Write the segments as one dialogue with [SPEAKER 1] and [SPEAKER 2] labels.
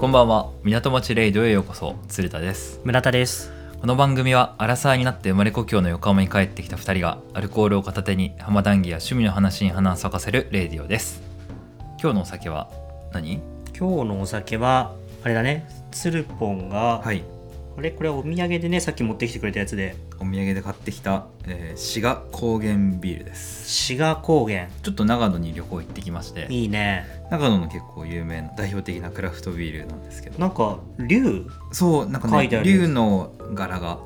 [SPEAKER 1] こんばんは港町レイドへようこそ鶴田です
[SPEAKER 2] 村田です
[SPEAKER 1] この番組はアラサーになって生まれ故郷の横浜に帰ってきた2人がアルコールを片手に浜談義や趣味の話に花を咲かせるレイディオです今日のお酒は何
[SPEAKER 2] 今日のお酒はあれだねつるぽんが、
[SPEAKER 3] はい、
[SPEAKER 2] あれこれお土産でねさっき持ってきてくれたやつで
[SPEAKER 3] お土産で買ってきた、えー、滋賀高原ビールです
[SPEAKER 2] 志賀高原
[SPEAKER 1] ちょっと長野に旅行行ってきまして
[SPEAKER 2] いいね
[SPEAKER 3] 長野の結構有名な代表的なクラフトビールなんですけど
[SPEAKER 2] なんか龍
[SPEAKER 3] そうなんか
[SPEAKER 2] 書い
[SPEAKER 3] ね
[SPEAKER 2] てあるやつ
[SPEAKER 3] 龍の柄が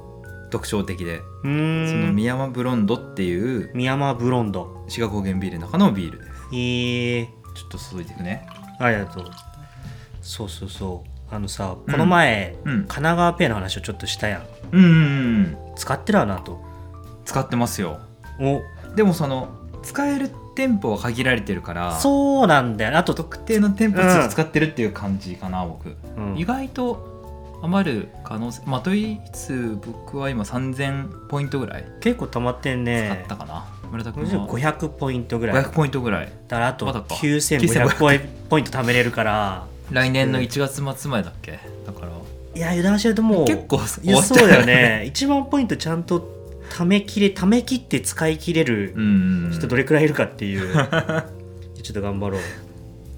[SPEAKER 3] 特徴的で
[SPEAKER 2] う
[SPEAKER 3] その
[SPEAKER 2] ーん
[SPEAKER 3] 美山ブロンドっていう
[SPEAKER 2] 美山ブロンド
[SPEAKER 3] 滋賀高原ビールの中のビールです
[SPEAKER 2] えー、
[SPEAKER 3] ちょっと注いでいくね
[SPEAKER 2] ありがとうそうそうそうあのさこの前、
[SPEAKER 3] うん
[SPEAKER 2] 神奈川ペイの話をちょっとしたやん
[SPEAKER 3] うんうんうん
[SPEAKER 2] 使ってるわなと
[SPEAKER 3] 使ってますよ
[SPEAKER 2] お
[SPEAKER 3] でもその使える店舗は限られてるから
[SPEAKER 2] そうなんだよあと、
[SPEAKER 3] 特定の店舗ずつ使ってるっていう感じかな、僕
[SPEAKER 2] うん
[SPEAKER 1] 意外と余る可能性まあと言いつつ僕は今3000ポイントぐらい
[SPEAKER 2] 結構溜まって
[SPEAKER 1] 使
[SPEAKER 2] んね
[SPEAKER 1] ったかな、村田
[SPEAKER 2] む
[SPEAKER 1] 君
[SPEAKER 2] しろ
[SPEAKER 1] は
[SPEAKER 2] 500ポイントぐらい
[SPEAKER 3] 500ポイントぐらい
[SPEAKER 2] だからあと
[SPEAKER 1] まだか
[SPEAKER 2] 9500ポイント貯めれるから
[SPEAKER 1] 来年の1月末までだっけだから
[SPEAKER 2] いや油断してるともう
[SPEAKER 1] 結構
[SPEAKER 2] いやそうだよね1万ポイントちゃんと貯めきれ貯めきって使い切れ
[SPEAKER 3] う
[SPEAKER 2] る
[SPEAKER 3] ん
[SPEAKER 2] 人どれくらいいるかって いうじゃあちょっと頑張ろう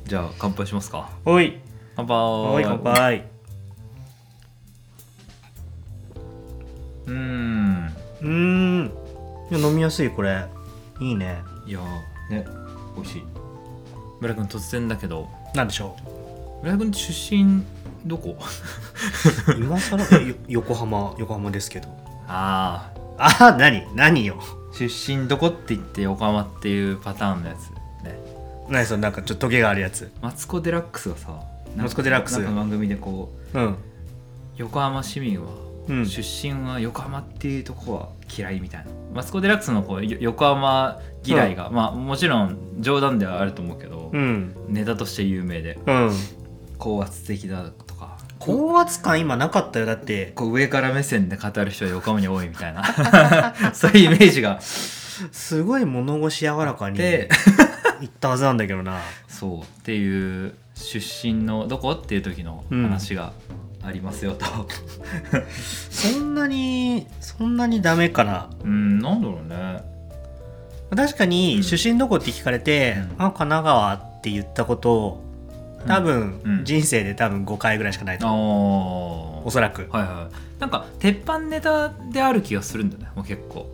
[SPEAKER 1] じゃあ乾杯しますか
[SPEAKER 2] おい
[SPEAKER 1] 乾
[SPEAKER 2] お
[SPEAKER 1] 杯
[SPEAKER 2] い乾杯
[SPEAKER 3] うーん
[SPEAKER 2] うーんいや飲みやすいこれいいね
[SPEAKER 3] いやーね美味しい
[SPEAKER 1] 村田君突然だけど
[SPEAKER 2] なんでしょ
[SPEAKER 1] 村田君出身どこ
[SPEAKER 2] う今更よ横浜横浜ですけど
[SPEAKER 1] ああ
[SPEAKER 2] ああ何何よ
[SPEAKER 1] 出身どこって言って横浜っていうパターンのやつね
[SPEAKER 2] 何そのなんかちょっとトゲがあるやつ
[SPEAKER 1] マツコ・デラックスがさ
[SPEAKER 2] マツコデラックス
[SPEAKER 1] なんか番組でこう
[SPEAKER 2] うん
[SPEAKER 1] 横浜市民は
[SPEAKER 2] うん
[SPEAKER 1] 出身は横浜っていうとこは嫌いみたいな、マツコ・デラックスのこうよ横浜嫌いが、まあもちろん冗談ではあると思うけど、
[SPEAKER 2] うん
[SPEAKER 1] ネタとして有名で
[SPEAKER 2] うん
[SPEAKER 1] 高圧的だとか
[SPEAKER 2] 高圧感今なかったよだって
[SPEAKER 1] こう上から目線で語る人は横浜に多いみたいな そういうイメージが
[SPEAKER 2] すごい物腰柔らかに言
[SPEAKER 1] で
[SPEAKER 2] ったはずなんだけどな
[SPEAKER 1] そうっていう出身のどこっていう時の話がありますよと、
[SPEAKER 2] そんなにそんなにダメかな
[SPEAKER 1] うん、なんだろうね
[SPEAKER 2] 確か
[SPEAKER 1] う
[SPEAKER 2] に
[SPEAKER 1] ん
[SPEAKER 2] 出身どこって聞かれて
[SPEAKER 1] うん
[SPEAKER 2] 「あ神奈川」って言ったこと多分、
[SPEAKER 1] うん
[SPEAKER 2] 人生で多分5回ぐらいしかない
[SPEAKER 1] あ
[SPEAKER 2] と
[SPEAKER 1] あ
[SPEAKER 2] 思うお
[SPEAKER 1] は
[SPEAKER 2] そらく
[SPEAKER 1] いはいなんか鉄板ネタである気がするんだよねもう結構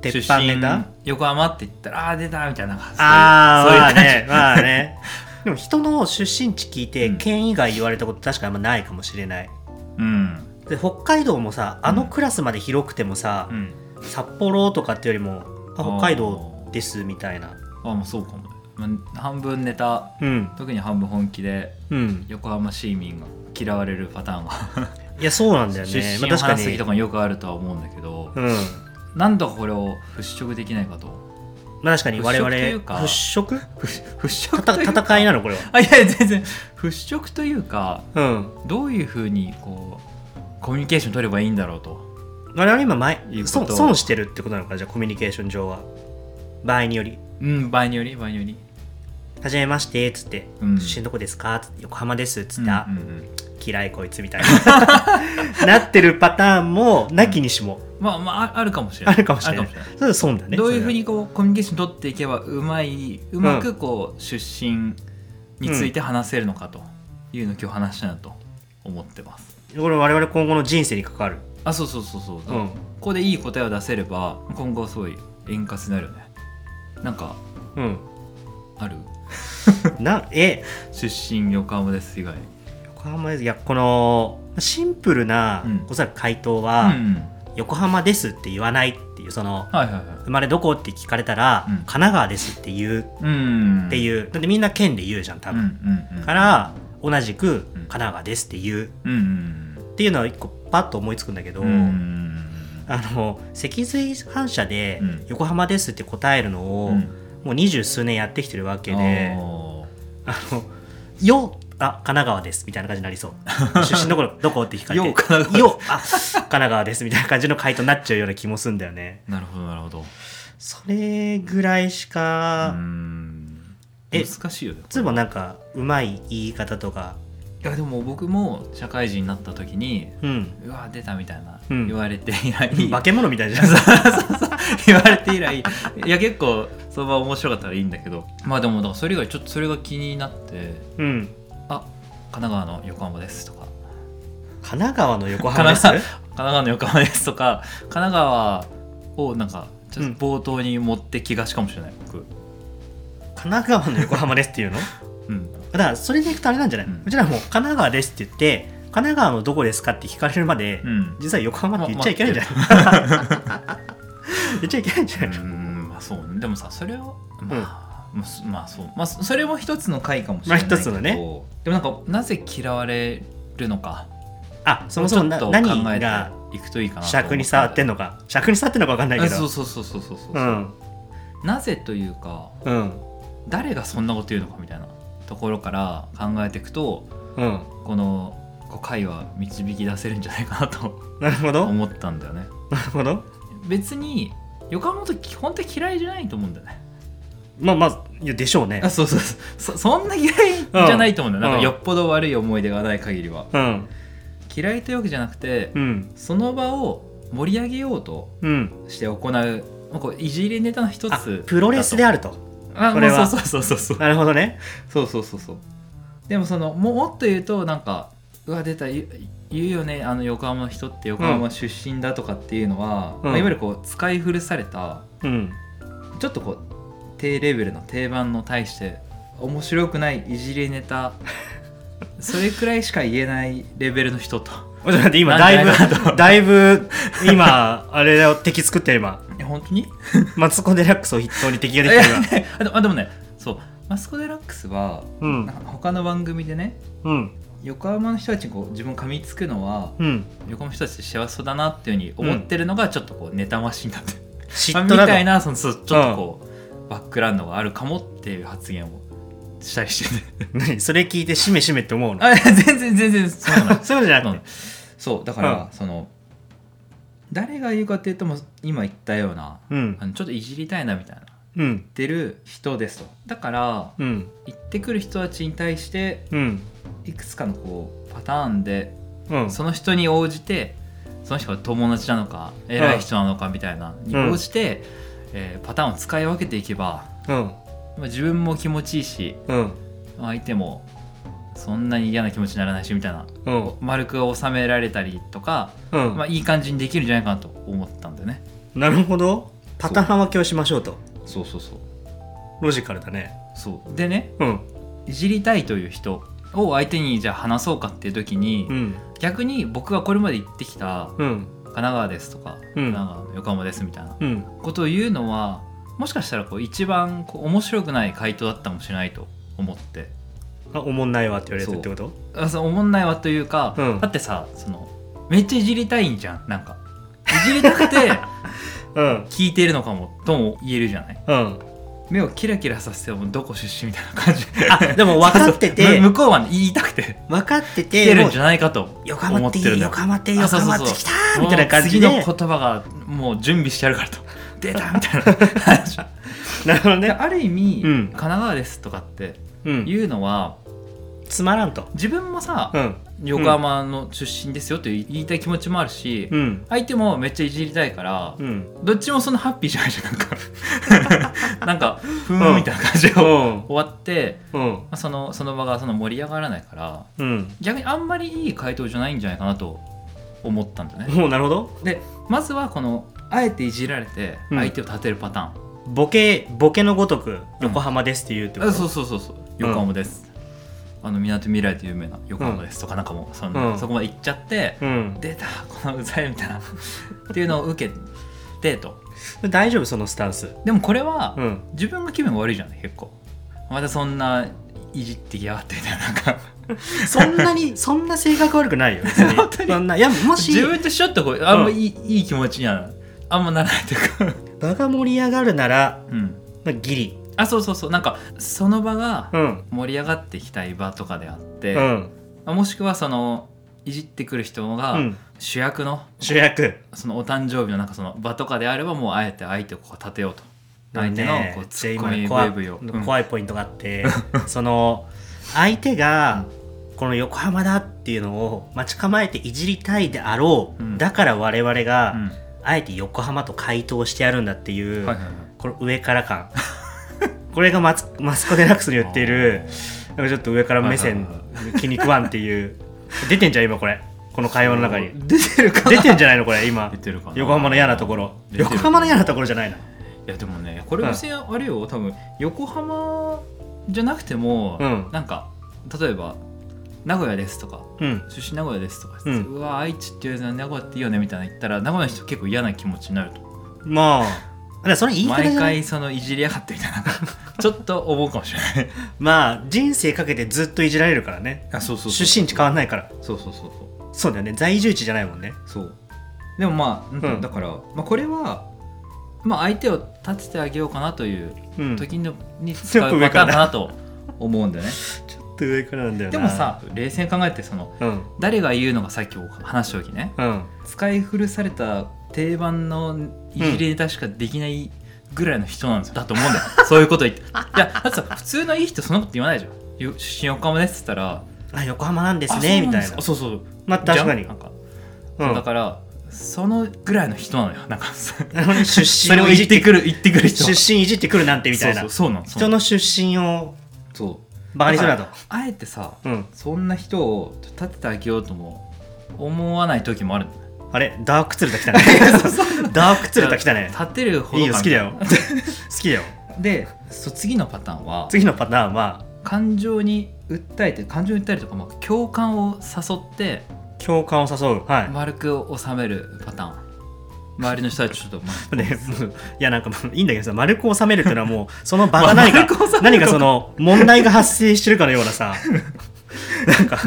[SPEAKER 2] 鉄板ネ
[SPEAKER 1] 出身
[SPEAKER 2] タ
[SPEAKER 1] 横浜って言ったらああー出たみたいななんか
[SPEAKER 2] ああ
[SPEAKER 1] そういうそう
[SPEAKER 2] まあ
[SPEAKER 1] いう感じ
[SPEAKER 2] ねまあねでも人の出身地聞いて
[SPEAKER 1] うん
[SPEAKER 2] 県以外言われたこと確かにあんまないかもしれない
[SPEAKER 1] うん
[SPEAKER 2] で北海道もさあのクラスまで広くてもさ、
[SPEAKER 1] うん
[SPEAKER 2] 札幌とかってよりも「あ北海道です」みたいな
[SPEAKER 1] ああもうそうかもね、まあ、半分ネタ
[SPEAKER 2] うん
[SPEAKER 1] 特に半分本気で
[SPEAKER 2] うん
[SPEAKER 1] 横浜市民が嫌われるパターンが
[SPEAKER 2] いやそうなんだよ
[SPEAKER 1] 出
[SPEAKER 2] ね
[SPEAKER 1] 身
[SPEAKER 2] ま
[SPEAKER 1] を
[SPEAKER 2] あ確か
[SPEAKER 1] 話
[SPEAKER 2] に
[SPEAKER 1] す時とかによくあるとは思うんだけど、
[SPEAKER 2] うん
[SPEAKER 1] なんとかこれを払拭できないかと
[SPEAKER 2] まあ確かに我々
[SPEAKER 1] 払拭というか
[SPEAKER 2] 払拭
[SPEAKER 1] 払
[SPEAKER 2] たた
[SPEAKER 1] 拭というか
[SPEAKER 2] 戦いなのこれは
[SPEAKER 1] あいや全然払拭というか
[SPEAKER 2] うん
[SPEAKER 1] どういうふうにこうコミュニケーション取ればいいんだろうと
[SPEAKER 2] 我々今前
[SPEAKER 1] いうこと
[SPEAKER 2] 損損してるってことなのかなじゃあコミュニケーション上は場合により
[SPEAKER 1] うん場合により場合により
[SPEAKER 2] 「はじめまして」っつって「
[SPEAKER 1] うん
[SPEAKER 2] 出身どこですか?」っつって「横浜です」っつ
[SPEAKER 1] う
[SPEAKER 2] っ
[SPEAKER 1] ん
[SPEAKER 2] て「あ
[SPEAKER 1] うんうん
[SPEAKER 2] 嫌いこいつ」みたいな なってるパターンもなきにしも
[SPEAKER 1] まあまあああるかもしれな
[SPEAKER 2] あ
[SPEAKER 1] い
[SPEAKER 2] るかもしれない
[SPEAKER 1] あるかもし
[SPEAKER 2] それ損だね
[SPEAKER 1] どういうふう
[SPEAKER 2] それは
[SPEAKER 1] にこうコミュニケーション取っていけばうまいうまくこう出身について話せるのかというのを今日話したいなと思ってます
[SPEAKER 2] これ我々今後の人生に関わる
[SPEAKER 1] あそうそうそうそう、
[SPEAKER 2] うん
[SPEAKER 1] ここでいい答えを出せれば今後すごい円滑になるよねなんか
[SPEAKER 2] うん
[SPEAKER 1] ある
[SPEAKER 2] なえ
[SPEAKER 1] 出身横浜です以外
[SPEAKER 2] 横浜ですいやこのシンプルな
[SPEAKER 1] うん
[SPEAKER 2] おそらく回答
[SPEAKER 1] う
[SPEAKER 2] は、
[SPEAKER 1] ん
[SPEAKER 2] 横浜ですって言わないっていうその
[SPEAKER 1] はいはいはい
[SPEAKER 2] 生まれどこって聞かれたら、
[SPEAKER 1] うん
[SPEAKER 2] 神奈川ですって言う
[SPEAKER 1] うん
[SPEAKER 2] っていう、だってみんな県で言うじゃん多
[SPEAKER 1] うんう
[SPEAKER 2] 分、
[SPEAKER 1] んうん
[SPEAKER 2] から同じく
[SPEAKER 1] うん
[SPEAKER 2] 神奈川ですって言う
[SPEAKER 1] うんうん
[SPEAKER 2] っていうのは一個パッと思いつくんだけど、
[SPEAKER 1] うんうん
[SPEAKER 2] あの脊髄反射で
[SPEAKER 1] うん
[SPEAKER 2] 横浜ですって答えるのを、
[SPEAKER 1] うん
[SPEAKER 2] もう二十数年やってきてるわけ
[SPEAKER 1] あ
[SPEAKER 2] で
[SPEAKER 1] ー
[SPEAKER 2] あのよあ神奈川ですみたいな感じになりそ う出身どころどこって聞かれて
[SPEAKER 1] よ神奈川です
[SPEAKER 2] よあ神奈川ですみたいな感じの回答になっちゃうような気もするんだよね
[SPEAKER 1] なるほどなるほど
[SPEAKER 2] それぐらいし
[SPEAKER 1] う
[SPEAKER 2] か、
[SPEAKER 1] ん
[SPEAKER 2] え
[SPEAKER 1] 難しいよね
[SPEAKER 2] いつもなんかうまい言い方とか
[SPEAKER 1] やでも僕も社会人になった時に
[SPEAKER 2] うん
[SPEAKER 1] うわ出たみたいな
[SPEAKER 2] うん
[SPEAKER 1] 言われて以来、
[SPEAKER 2] 化け物みたいじゃ
[SPEAKER 1] そうんそうそう 言われて以来いや結構その場面白かったらいいんだけどまあでもだからそれ以外ちょっとそれが気になって
[SPEAKER 2] うん
[SPEAKER 1] あ神奈川の横浜ですとか
[SPEAKER 2] 神奈川の横浜です
[SPEAKER 1] 神神奈川の横浜ですとか神奈川をなんかちょっと冒頭に持ってきがちかもしれない、僕
[SPEAKER 2] 神奈川の横浜ですっていうの
[SPEAKER 1] うん
[SPEAKER 2] だからそれでいくとあれなんじゃない、
[SPEAKER 1] う
[SPEAKER 2] うんちらも神奈川ですって言って神奈川のどこですかって聞かれるまで、
[SPEAKER 1] うん
[SPEAKER 2] 実は横浜って言っちゃいけないんじゃない、 言っちゃいけないんじゃない、
[SPEAKER 1] うんまあそうねでもさそれをまあ、まあそまあそうまあそそれも一つの回かもしれないけど、
[SPEAKER 2] まあ一つのね
[SPEAKER 1] でもなんかなぜ嫌われるのか
[SPEAKER 2] あそもそもな
[SPEAKER 1] ちょっと
[SPEAKER 2] 何
[SPEAKER 1] 考え
[SPEAKER 2] が
[SPEAKER 1] ていくといいかなと思
[SPEAKER 2] 尺に触ってん
[SPEAKER 1] の
[SPEAKER 2] のか尺に触ってんのか分かんないけど
[SPEAKER 1] そうそうそうそうそうそう、
[SPEAKER 2] うん
[SPEAKER 1] なぜというか
[SPEAKER 2] うん
[SPEAKER 1] 誰がそんなこと言うのかみたいなところから考えていくと
[SPEAKER 2] うん
[SPEAKER 1] このこう回は導き出せるんじゃないかなと
[SPEAKER 2] なるほどな
[SPEAKER 1] 思ったんだよね
[SPEAKER 2] るほど
[SPEAKER 1] 別に横浜と基本的嫌いじゃないと思うんだよね
[SPEAKER 2] まあまあいやでしょうね
[SPEAKER 1] あそうそうそうそそんな嫌いじゃないと思うんだよ、
[SPEAKER 2] うん
[SPEAKER 1] なんかよっぽど悪い思い出がない限りは
[SPEAKER 2] うん
[SPEAKER 1] 嫌いというわけじゃなくて、
[SPEAKER 2] うん
[SPEAKER 1] その場を盛り上げようと
[SPEAKER 2] うん
[SPEAKER 1] して行うまあこういじりネタの一
[SPEAKER 2] あ
[SPEAKER 1] つ
[SPEAKER 2] プロレスであると
[SPEAKER 1] あ
[SPEAKER 2] これは
[SPEAKER 1] もうそうそうそうそう
[SPEAKER 2] なるほどね
[SPEAKER 1] そうそうそうそうでもそのももっと言うとなんかうわ出た言う言うよねあの横浜の人って横浜出身だとかっていうのは、
[SPEAKER 2] うん
[SPEAKER 1] まあ、いわゆるこう使い古された
[SPEAKER 2] うん
[SPEAKER 1] ちょっとこう低レベルの定番の対して面白くないいじりネタ それくらいしか言えないレベルの人と
[SPEAKER 2] おちょっと待って今だ
[SPEAKER 1] な
[SPEAKER 2] い
[SPEAKER 1] んであ
[SPEAKER 2] ぶだいぶ今あれを敵作って今
[SPEAKER 1] え本当に
[SPEAKER 2] マツコ・デラックスを筆頭に敵ができてるわ
[SPEAKER 1] あでもあでもねそうマスコ・デラックスは
[SPEAKER 2] う
[SPEAKER 1] なん
[SPEAKER 2] ん
[SPEAKER 1] か他の番組でね
[SPEAKER 2] うん
[SPEAKER 1] 横浜の人たちにこう自分噛みつくのは
[SPEAKER 2] うん
[SPEAKER 1] 横浜の人たち幸せそうだなっていうふうに思ってるのがちょっとこう妬ましいなって、
[SPEAKER 2] 嫉
[SPEAKER 1] まあ
[SPEAKER 2] 妬
[SPEAKER 1] み
[SPEAKER 2] だ
[SPEAKER 1] たい
[SPEAKER 2] と
[SPEAKER 1] なそのそうちょっとこう、バックグラウンドがあるかもっていう発言をしたりしてて
[SPEAKER 2] 何それ聞いてしめしめって思うの
[SPEAKER 1] あ全然全然そうなん
[SPEAKER 2] そういうことじゃなくて
[SPEAKER 1] そうだから、その誰が言うかっていうともう今言ったような
[SPEAKER 2] うん
[SPEAKER 1] あのちょっといじりたいなみたいな言
[SPEAKER 2] うん
[SPEAKER 1] ってる人ですとだから
[SPEAKER 2] うん
[SPEAKER 1] 言ってくる人たちに対して
[SPEAKER 2] うん
[SPEAKER 1] いくつかのこうパターンで
[SPEAKER 2] うん
[SPEAKER 1] その人に応じてその人が友達なのか偉い人なのかみたいなに応じて、えーパターンを使い分けていけば、
[SPEAKER 2] うん
[SPEAKER 1] まあ、自分も気持ちいいし
[SPEAKER 2] うん
[SPEAKER 1] 相手もそんなに嫌な気持ちにならないしみたいな
[SPEAKER 2] うん
[SPEAKER 1] 丸く収められたりとか、
[SPEAKER 2] うん
[SPEAKER 1] まあ、いい感じにできるんじゃないかなと思ったんだよね。
[SPEAKER 2] なるほどパターン分けをしましょうと
[SPEAKER 1] そうそうそう
[SPEAKER 2] ロジカルだね
[SPEAKER 1] そうでね
[SPEAKER 2] うん
[SPEAKER 1] いじりたいという人を相手にじゃあ話そうかっていう時に、
[SPEAKER 2] うん
[SPEAKER 1] 逆に僕がこれまで言ってきた
[SPEAKER 2] うん
[SPEAKER 1] 神奈川ですとか、神奈川の横浜ですみたいな
[SPEAKER 2] うん
[SPEAKER 1] ことを言うのはもしかしたらこう一番こう面白くない回答だったかもしれないと思って
[SPEAKER 2] あおもんないわって言われてるってこと
[SPEAKER 1] あそう思んないわというか、
[SPEAKER 2] うん
[SPEAKER 1] だってさそのめっちゃいじりたいんじゃんなんかいじりたくて
[SPEAKER 2] うん
[SPEAKER 1] 聞いてるのかもとも言えるじゃない
[SPEAKER 2] うん
[SPEAKER 1] 目をキラキラさせてもどこ出身みたいな感じ
[SPEAKER 2] あでも分 かってて
[SPEAKER 1] む向こうはね、言いたくて
[SPEAKER 2] 分かって
[SPEAKER 1] 来て
[SPEAKER 2] て
[SPEAKER 1] る
[SPEAKER 2] も
[SPEAKER 1] ん
[SPEAKER 2] う
[SPEAKER 1] じゃないかと
[SPEAKER 2] 横
[SPEAKER 1] 思
[SPEAKER 2] 浜
[SPEAKER 1] っ
[SPEAKER 2] って
[SPEAKER 1] て
[SPEAKER 2] い
[SPEAKER 1] る
[SPEAKER 2] い
[SPEAKER 1] んだ
[SPEAKER 2] 横浜っていい
[SPEAKER 1] あ
[SPEAKER 2] 横
[SPEAKER 1] そうそう
[SPEAKER 2] 浜
[SPEAKER 1] そ
[SPEAKER 2] っ
[SPEAKER 1] う
[SPEAKER 2] てきたーみたいな感じで
[SPEAKER 1] もう次の言葉がもう準備してあるから と出たみたいな感じ
[SPEAKER 2] なるほ
[SPEAKER 1] で
[SPEAKER 2] どね
[SPEAKER 1] ある意味、
[SPEAKER 2] うん
[SPEAKER 1] 神奈川ですとかって
[SPEAKER 2] うん
[SPEAKER 1] いうのは
[SPEAKER 2] つまらんと
[SPEAKER 1] 自分もさ、
[SPEAKER 2] うん
[SPEAKER 1] 横浜の出身ですよという言いたい気持ちもあるし、
[SPEAKER 2] うん
[SPEAKER 1] 相手もめっちゃいじりたいから、
[SPEAKER 2] うん
[SPEAKER 1] どっちもそんなハッピーじゃないじゃんなんか なんかふーんみたいな感じで終
[SPEAKER 2] うん
[SPEAKER 1] わって、
[SPEAKER 2] うん
[SPEAKER 1] まあそのその場がその盛り上がらないから
[SPEAKER 2] うん
[SPEAKER 1] 逆にあんまりいい回答じゃないんじゃないかなと思ったんだね。
[SPEAKER 2] もうなるほど
[SPEAKER 1] でまずはこのあえていじられて
[SPEAKER 2] うん
[SPEAKER 1] 相手を立てるパターン、
[SPEAKER 2] ボケボケのごとく横浜ですって言うってこ
[SPEAKER 1] あ
[SPEAKER 2] と
[SPEAKER 1] そうそうそうそう横浜です、あのみなとみらいで有名な横浜ですとかなんかもうその、
[SPEAKER 2] うん
[SPEAKER 1] そこまで行っちゃって、
[SPEAKER 2] うん
[SPEAKER 1] 出たこのうざいみたいなっていうのを受けてと
[SPEAKER 2] 大丈夫そのスタンス
[SPEAKER 1] でもこれは、
[SPEAKER 2] うん
[SPEAKER 1] 自分が気分悪いじゃない結構またそんないじってきやがってみたいななんか
[SPEAKER 2] そんな にそんな性格悪くないよ別 に
[SPEAKER 1] 本当に
[SPEAKER 2] そんないやもし
[SPEAKER 1] 自分としょっとこうあんまいい,、いい気持ちにはあんまならないというか
[SPEAKER 2] 場が盛り上がるなら、
[SPEAKER 1] うん
[SPEAKER 2] まあ、ギリ
[SPEAKER 1] あそうそうそうなんかその場が
[SPEAKER 2] うん
[SPEAKER 1] 盛り上がっていきたい場とかであって、
[SPEAKER 2] うん、
[SPEAKER 1] もしくはそのいじってくる人が
[SPEAKER 2] うん、
[SPEAKER 1] 主役の
[SPEAKER 2] 主役
[SPEAKER 1] そのお誕生日のなんかその場とかであればもうあえて相手をこう立てようと
[SPEAKER 2] な
[SPEAKER 1] 相
[SPEAKER 2] ん
[SPEAKER 1] 手
[SPEAKER 2] で
[SPEAKER 1] のこう ツッコミブイブイを、うん
[SPEAKER 2] 怖いポイントがあってその相手がこの横浜だっていうのを待ち構えていじりたいであろう、
[SPEAKER 1] うん
[SPEAKER 2] だから我々が、
[SPEAKER 1] うん
[SPEAKER 2] あえて横浜と回答してやるんだっていう、
[SPEAKER 1] はいはいはい
[SPEAKER 2] この上から感 これがマツマスコ・デラックスに言ってるなんかちょっと上から目線
[SPEAKER 1] はい
[SPEAKER 2] 気に食わんっていう出てんじゃん今これこの会話の中に
[SPEAKER 1] 出てるかな
[SPEAKER 2] 出てんじゃないのこれ今
[SPEAKER 1] 出てるかな
[SPEAKER 2] 横浜の嫌なところ
[SPEAKER 1] 出てる
[SPEAKER 2] 横浜の嫌なところじゃないの
[SPEAKER 1] いやでもねこれ別にあれよ多分横浜じゃなくても、
[SPEAKER 2] うん
[SPEAKER 1] なんか例えば名古屋ですとか
[SPEAKER 2] うん
[SPEAKER 1] 出身名古屋ですとか、う
[SPEAKER 2] うん
[SPEAKER 1] わ愛知っていうのは名古屋っていいよねみたいなの言ったら名古屋の人結構嫌な気持ちになると
[SPEAKER 2] まあだからそれ言い方じゃ
[SPEAKER 1] 毎
[SPEAKER 2] ない
[SPEAKER 1] 回そのいじりやがってみたいな ちょっと思うかもしれない
[SPEAKER 2] まあ人生かけてずっといじられるからね
[SPEAKER 1] あそうそう
[SPEAKER 2] 出身地変わんないから
[SPEAKER 1] そうそうそうそう
[SPEAKER 2] そうだよね在住地じゃないもんね
[SPEAKER 1] そうでもまあなんていうの
[SPEAKER 2] うん
[SPEAKER 1] だから、まあ、これは、まあ、相手を立ててあげようかなという
[SPEAKER 2] うんちょ
[SPEAKER 1] 時のに使うパターンかなと思うんだ よね
[SPEAKER 2] っと上からなんだよ
[SPEAKER 1] で
[SPEAKER 2] な
[SPEAKER 1] もさ冷静に考えてその
[SPEAKER 2] うん
[SPEAKER 1] 誰が言うのがさっきお話した時ね
[SPEAKER 2] うん
[SPEAKER 1] 使い古された定番のいじりネタしかできないぐらいの人なんですよ、だと思うん だよそういうこと言っていやだってさ普通のいい人そんなこと言わないじゃんよ出身横浜ですって言ったら
[SPEAKER 2] あ横浜なんです
[SPEAKER 1] あそう
[SPEAKER 2] ね
[SPEAKER 1] ん
[SPEAKER 2] みた
[SPEAKER 1] で
[SPEAKER 2] い
[SPEAKER 1] す
[SPEAKER 2] な
[SPEAKER 1] あそうそう
[SPEAKER 2] まあ確かに
[SPEAKER 1] じゃんんか
[SPEAKER 2] うん
[SPEAKER 1] だからそのぐらいの人なのよ なんかそ
[SPEAKER 2] なのに出
[SPEAKER 1] そ
[SPEAKER 2] 身
[SPEAKER 1] れ
[SPEAKER 2] を
[SPEAKER 1] を
[SPEAKER 2] い
[SPEAKER 1] 言
[SPEAKER 2] じ
[SPEAKER 1] っ
[SPEAKER 2] って
[SPEAKER 1] て
[SPEAKER 2] く
[SPEAKER 1] く
[SPEAKER 2] る
[SPEAKER 1] る言ってくる人
[SPEAKER 2] 出身いじってくるなんてみたいな
[SPEAKER 1] そうそうそうなの
[SPEAKER 2] 人の出身を
[SPEAKER 1] そう
[SPEAKER 2] バカにするなと
[SPEAKER 1] あえてさ
[SPEAKER 2] うん
[SPEAKER 1] そんな人を立ててあげようとも思わない時もある
[SPEAKER 2] あれダークツルタ来たねダークツルタ来たね
[SPEAKER 1] 立てるほど
[SPEAKER 2] いいよ好きだ よ好きだよ
[SPEAKER 1] でそう次のパターンは
[SPEAKER 2] 次のパターンは
[SPEAKER 1] 感情に訴えて感情に訴えるとか、まあ、共感を誘って
[SPEAKER 2] 共感を誘うはい
[SPEAKER 1] 丸く収めるパターン周りの人はちょっとまあ
[SPEAKER 2] で もういやなんかもういいんだけどさ丸く収めるっていうのはも うその場が何か
[SPEAKER 1] 丸く収める
[SPEAKER 2] 何かその問題が発生してるかのよう なさなんか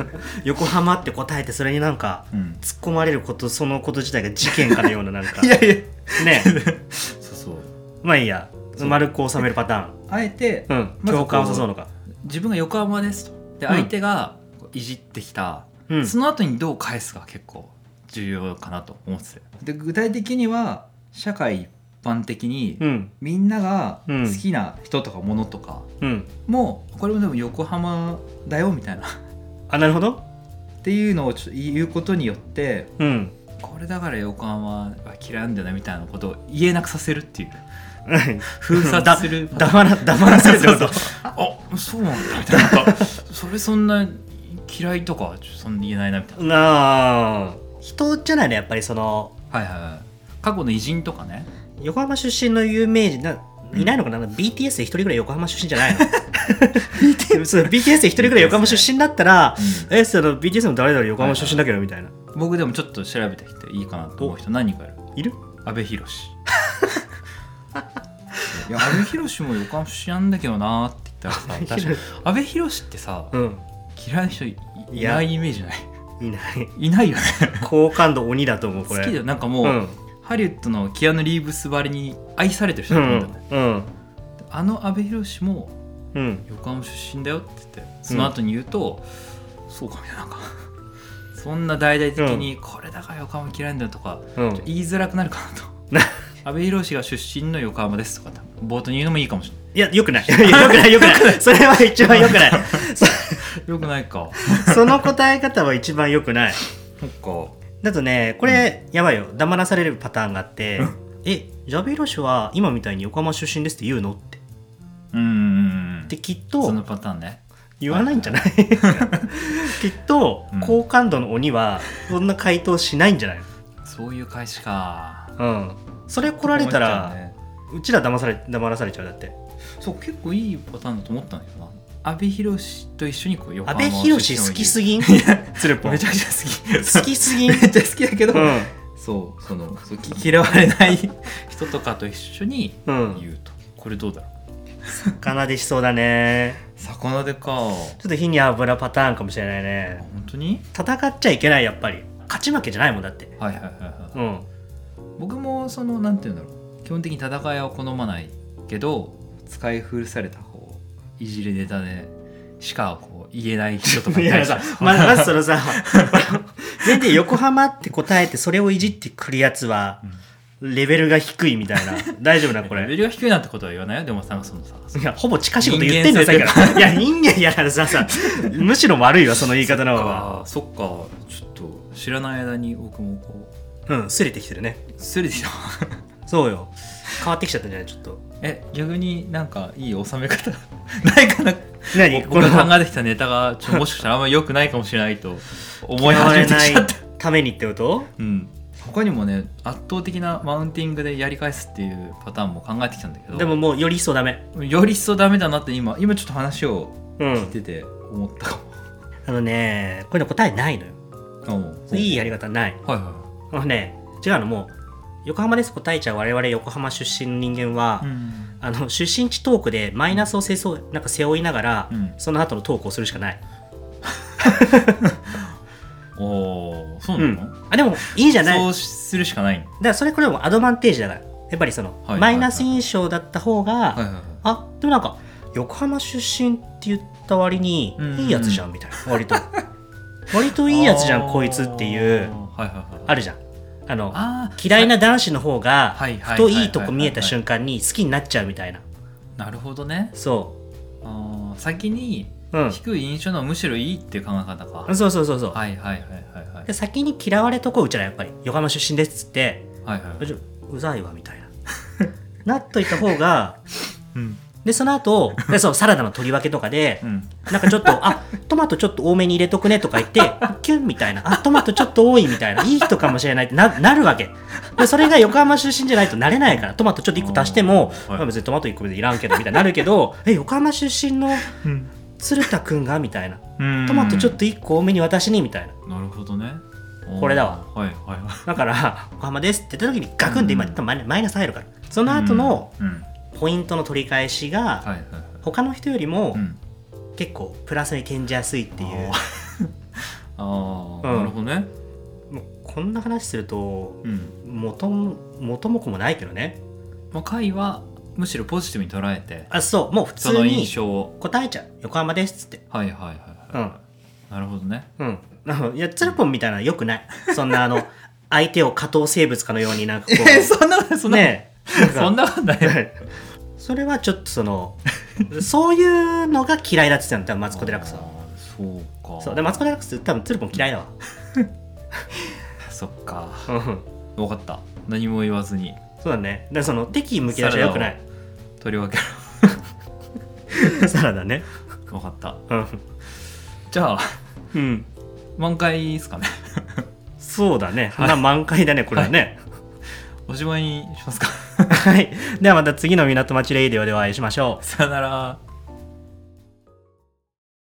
[SPEAKER 2] 横浜って答えてそれになんか
[SPEAKER 1] うん
[SPEAKER 2] 突っ込まれることそのこと自体が事件かのようななんか
[SPEAKER 1] やいや
[SPEAKER 2] ね
[SPEAKER 1] そうそう
[SPEAKER 2] まあいいや
[SPEAKER 1] そう
[SPEAKER 2] 丸く収めるパタ
[SPEAKER 1] あえて、
[SPEAKER 2] ーン、うん、
[SPEAKER 1] まずこう
[SPEAKER 2] 共感を誘うのか
[SPEAKER 1] 自分が横浜ですとで
[SPEAKER 2] うん
[SPEAKER 1] 相手がいじってきた、
[SPEAKER 2] うん
[SPEAKER 1] その後にどう返すか結構重要かなと思っててで具体的には社会一般的に、
[SPEAKER 2] うん
[SPEAKER 1] みんなが
[SPEAKER 2] うん
[SPEAKER 1] 好きな人とかものとか
[SPEAKER 2] うん
[SPEAKER 1] も、これもでも横浜だよみたいなっ
[SPEAKER 2] あなるほど
[SPEAKER 1] ていうのをちょっと言うことによって
[SPEAKER 2] うん
[SPEAKER 1] これだから横浜は嫌いなんだよねみたいなことを言えなくさせるっていう封
[SPEAKER 2] 封
[SPEAKER 1] 殺する
[SPEAKER 2] だ黙ら黙らせるってこと
[SPEAKER 1] あそうなんだみたいななんかそれそんな嫌いとかはちょっとそんな言えないなみたいな。
[SPEAKER 2] なあ人じゃないのやっぱりその
[SPEAKER 1] はいはいはい過去の偉人とかね
[SPEAKER 2] 横浜出身の有名人ないないのかな、BTS で一人ぐらい横浜出身じゃないの BTS, そう BTS で一人ぐらい横浜出身だったら、えその BTS の誰々横浜出身だけどみたいな、
[SPEAKER 1] 僕でもちょっと調べてきていいかなと思う人何人かいる
[SPEAKER 2] い、る
[SPEAKER 1] 安倍博士いや安倍博士も横浜市なんだけどなーって言った らさ確かに安倍博士ってさ、
[SPEAKER 2] うん
[SPEAKER 1] 嫌いな人いいないイメージない
[SPEAKER 2] いない
[SPEAKER 1] いないよね
[SPEAKER 2] 好感度鬼だと思うこ
[SPEAKER 1] 好
[SPEAKER 2] れ
[SPEAKER 1] きだよなんかもう、
[SPEAKER 2] うん
[SPEAKER 1] ハリウッドのキアヌ・リーブスばりに愛されてる人
[SPEAKER 2] う
[SPEAKER 1] だと思うん
[SPEAKER 2] ん
[SPEAKER 1] だよね、
[SPEAKER 2] うん
[SPEAKER 1] あの安倍博士も
[SPEAKER 2] うん
[SPEAKER 1] 横浜出身だよって言ってその後に言うと、そうかみたいななんか そんな大々的に、これだから横浜嫌いなんだよとか
[SPEAKER 2] うん
[SPEAKER 1] 言いづらくなるかなと 安倍博士が出身の横浜ですとか冒頭に言うのもいいかもし
[SPEAKER 2] いやよくないいやよく ないよくないそれは一番よく ないそ
[SPEAKER 1] れないよくない か
[SPEAKER 2] その答え方は一番よくない
[SPEAKER 1] そっか
[SPEAKER 2] だとねこれ、やばいよ黙らされるパターンがあって「えジャベロ氏は今みたいに横浜出身です」って言うのって
[SPEAKER 1] うんうんうん
[SPEAKER 2] できっ
[SPEAKER 1] その
[SPEAKER 2] と
[SPEAKER 1] パターンね
[SPEAKER 2] 言わないんじゃない きっと
[SPEAKER 1] うん
[SPEAKER 2] 好感度の鬼はそんな回答しないんじゃない
[SPEAKER 1] そういう返しか
[SPEAKER 2] のうんそれ来られた
[SPEAKER 1] 思っちゃ
[SPEAKER 2] ら、
[SPEAKER 1] うね
[SPEAKER 2] うちら騙され黙らされちゃうだって
[SPEAKER 1] そう結構いいパターンだと思ったんだけどな安倍博士と一緒にこう横
[SPEAKER 2] 阿
[SPEAKER 1] 浜
[SPEAKER 2] 部寛好きす
[SPEAKER 1] ぎ
[SPEAKER 2] ぎんつるぽん
[SPEAKER 1] めち
[SPEAKER 2] 好
[SPEAKER 1] ゃくちゃ好き
[SPEAKER 2] きすぎん
[SPEAKER 1] めっちゃ好きだけど、
[SPEAKER 2] うん
[SPEAKER 1] そうそのそうき 嫌われない人とかと一緒に
[SPEAKER 2] うん
[SPEAKER 1] 言うと、これどうだろう
[SPEAKER 2] 魚でしそうだね
[SPEAKER 1] 魚でか本
[SPEAKER 2] ちょっと火に油パターンかもしれないね
[SPEAKER 1] 当に
[SPEAKER 2] 戦っちゃいけないやっぱり勝ち負けじゃないもんだって
[SPEAKER 1] はいはいはいはい
[SPEAKER 2] うん
[SPEAKER 1] 僕もそのなんて言うんだろう基本的に戦いは好まないけど使い古されたこういじりネタでしかこう言えない人とか
[SPEAKER 2] い
[SPEAKER 1] に
[SPEAKER 2] や
[SPEAKER 1] 対し
[SPEAKER 2] さ
[SPEAKER 1] て、
[SPEAKER 2] ままずそのさ、全然横浜って答えてそれをいじってくるやつは
[SPEAKER 1] うん、
[SPEAKER 2] レベルが低いみたいな大丈夫なこ
[SPEAKER 1] これレ ベ
[SPEAKER 2] れ
[SPEAKER 1] ルが低いなんてことは言わないよでもなんかそのさそ
[SPEAKER 2] いやほぼ近しいこと言ってんのよさっきから いや人間いやだからささむしろ悪いわその言い方の
[SPEAKER 1] っ
[SPEAKER 2] 方が
[SPEAKER 1] かそっかちょっと知らない間に僕もこ
[SPEAKER 2] うんすれてきてるね
[SPEAKER 1] う すれてきた
[SPEAKER 2] そうよ変わってきちゃったんじゃないちょっと
[SPEAKER 1] え逆になんかいい収め方 ないかな
[SPEAKER 2] 何
[SPEAKER 1] 僕が
[SPEAKER 2] の
[SPEAKER 1] 考えてきたネタがちょもしかしたらあんまり良くないかもしれないと思い
[SPEAKER 2] 嫌わ
[SPEAKER 1] 始め
[SPEAKER 2] れ
[SPEAKER 1] てき
[SPEAKER 2] ない
[SPEAKER 1] ちゃった、
[SPEAKER 2] ためにってこと
[SPEAKER 1] うん、他にもね圧倒的なマウンティングでやり返すっていうパターンも考えてきたんだけど
[SPEAKER 2] でももうより一層ダメ
[SPEAKER 1] より一層ダメだなって今今ちょっと話を
[SPEAKER 2] う
[SPEAKER 1] 聞い
[SPEAKER 2] ん
[SPEAKER 1] てて思ったか
[SPEAKER 2] あのねこういうの答えないのよ
[SPEAKER 1] も、
[SPEAKER 2] いい
[SPEAKER 1] や
[SPEAKER 2] やり方ない
[SPEAKER 1] はいは、
[SPEAKER 2] あのね違うのもう横浜です答えちゃう我々横浜出身の人間はい
[SPEAKER 1] うん、
[SPEAKER 2] あの出身地トークでマイナスを背負なんか背負いながら、
[SPEAKER 1] うん
[SPEAKER 2] その後のトークをするしかない、
[SPEAKER 1] おーそう
[SPEAKER 2] う
[SPEAKER 1] なの、
[SPEAKER 2] ん、あでもいいじゃない
[SPEAKER 1] そ
[SPEAKER 2] だか
[SPEAKER 1] うするしかない
[SPEAKER 2] らそれこれもアドバンテージだからやっぱりその、
[SPEAKER 1] はいはい
[SPEAKER 2] マイナス印象だった方が、
[SPEAKER 1] はいはいはい
[SPEAKER 2] あでもなんか横浜出身って言った割に
[SPEAKER 1] うん
[SPEAKER 2] いいやつじゃんみたいな割と割といいやつじゃ
[SPEAKER 1] あ
[SPEAKER 2] ん
[SPEAKER 1] ー
[SPEAKER 2] こいつっていう
[SPEAKER 1] はいはいはい
[SPEAKER 2] あるじゃんあの
[SPEAKER 1] あー
[SPEAKER 2] 嫌いな男子の方が
[SPEAKER 1] はいはいはい
[SPEAKER 2] ふといいとこ見えた
[SPEAKER 1] はいはい
[SPEAKER 2] 瞬間に好きになっちゃうみたいな
[SPEAKER 1] なるほどね
[SPEAKER 2] そ
[SPEAKER 1] あー先に
[SPEAKER 2] ううん
[SPEAKER 1] 低い印象のむしろいいっていう考え方か、はい
[SPEAKER 2] そうそうそうそう
[SPEAKER 1] はいはいはいはい
[SPEAKER 2] で先に嫌われとこううちらやっぱり横浜出身ですっつって
[SPEAKER 1] はいはいう
[SPEAKER 2] ざいわみたい ななっといた方が
[SPEAKER 1] うん
[SPEAKER 2] でその後でそうサラダの取り分けとかで
[SPEAKER 1] うん
[SPEAKER 2] なんかちょっとあトマトちょっと多めに入れとくねとか言ってキュンみたいなあトマトちょっと多いみたいないい人かもしれないってななるわけでそれが横浜出身じゃないとなれないからトマトちょっと1個足しても、
[SPEAKER 1] あーはい
[SPEAKER 2] まあ別にトマト1個でいらんけどみたいになるけど え横浜出身の鶴田君がみたいなトマトちょっと1個多めに私にみたいな
[SPEAKER 1] なるほどねおー
[SPEAKER 2] これだわ
[SPEAKER 1] はいはいはい
[SPEAKER 2] だから「横浜です」って言った時にガクンって今言ったらマイマイナス入るからその後の
[SPEAKER 1] うんうん
[SPEAKER 2] ポイントの取り返し
[SPEAKER 1] はい
[SPEAKER 2] が
[SPEAKER 1] はいはい
[SPEAKER 2] 他の人よりも
[SPEAKER 1] うん
[SPEAKER 2] 結構プラスに転じやすいっていう
[SPEAKER 1] あああ、
[SPEAKER 2] うん
[SPEAKER 1] なるほどね
[SPEAKER 2] もうこんな話すると
[SPEAKER 1] うん
[SPEAKER 2] 元も元も子もないけどね
[SPEAKER 1] まあ回はむしろポジティブに捉えて
[SPEAKER 2] あそうもう普
[SPEAKER 1] そ
[SPEAKER 2] 通
[SPEAKER 1] の
[SPEAKER 2] に
[SPEAKER 1] 印象を
[SPEAKER 2] 答えちゃう「横浜です」っつって
[SPEAKER 1] はいはいはい
[SPEAKER 2] うん
[SPEAKER 1] なるほど ね
[SPEAKER 2] うんあのいやつるぽんみたいなのよくないそんなあの 相手を下等生物かのようになんかこう
[SPEAKER 1] そんなことそんなこと
[SPEAKER 2] ねえなんか
[SPEAKER 1] そんなことないよ
[SPEAKER 2] それはちょっとそのそういうのが嫌いだって言ってたの多分マツコ・デラックスは
[SPEAKER 1] あーそうか
[SPEAKER 2] そうでマツコ・デラックス多分ツルポン嫌いだわ
[SPEAKER 1] そっか
[SPEAKER 2] うん
[SPEAKER 1] 分かった何も言わずに
[SPEAKER 2] そうだねだからその敵意向き出しはよくない
[SPEAKER 1] 取り分け ろ
[SPEAKER 2] サラダね
[SPEAKER 1] 分かった
[SPEAKER 2] うん、
[SPEAKER 1] じゃあ
[SPEAKER 2] うん、
[SPEAKER 1] 満開ですかね
[SPEAKER 2] そうだね、まあ満開だねこれはね
[SPEAKER 1] おしまいにしますか
[SPEAKER 2] はい、ではまた次の港町レイディオでお会いしましょう
[SPEAKER 1] さよなら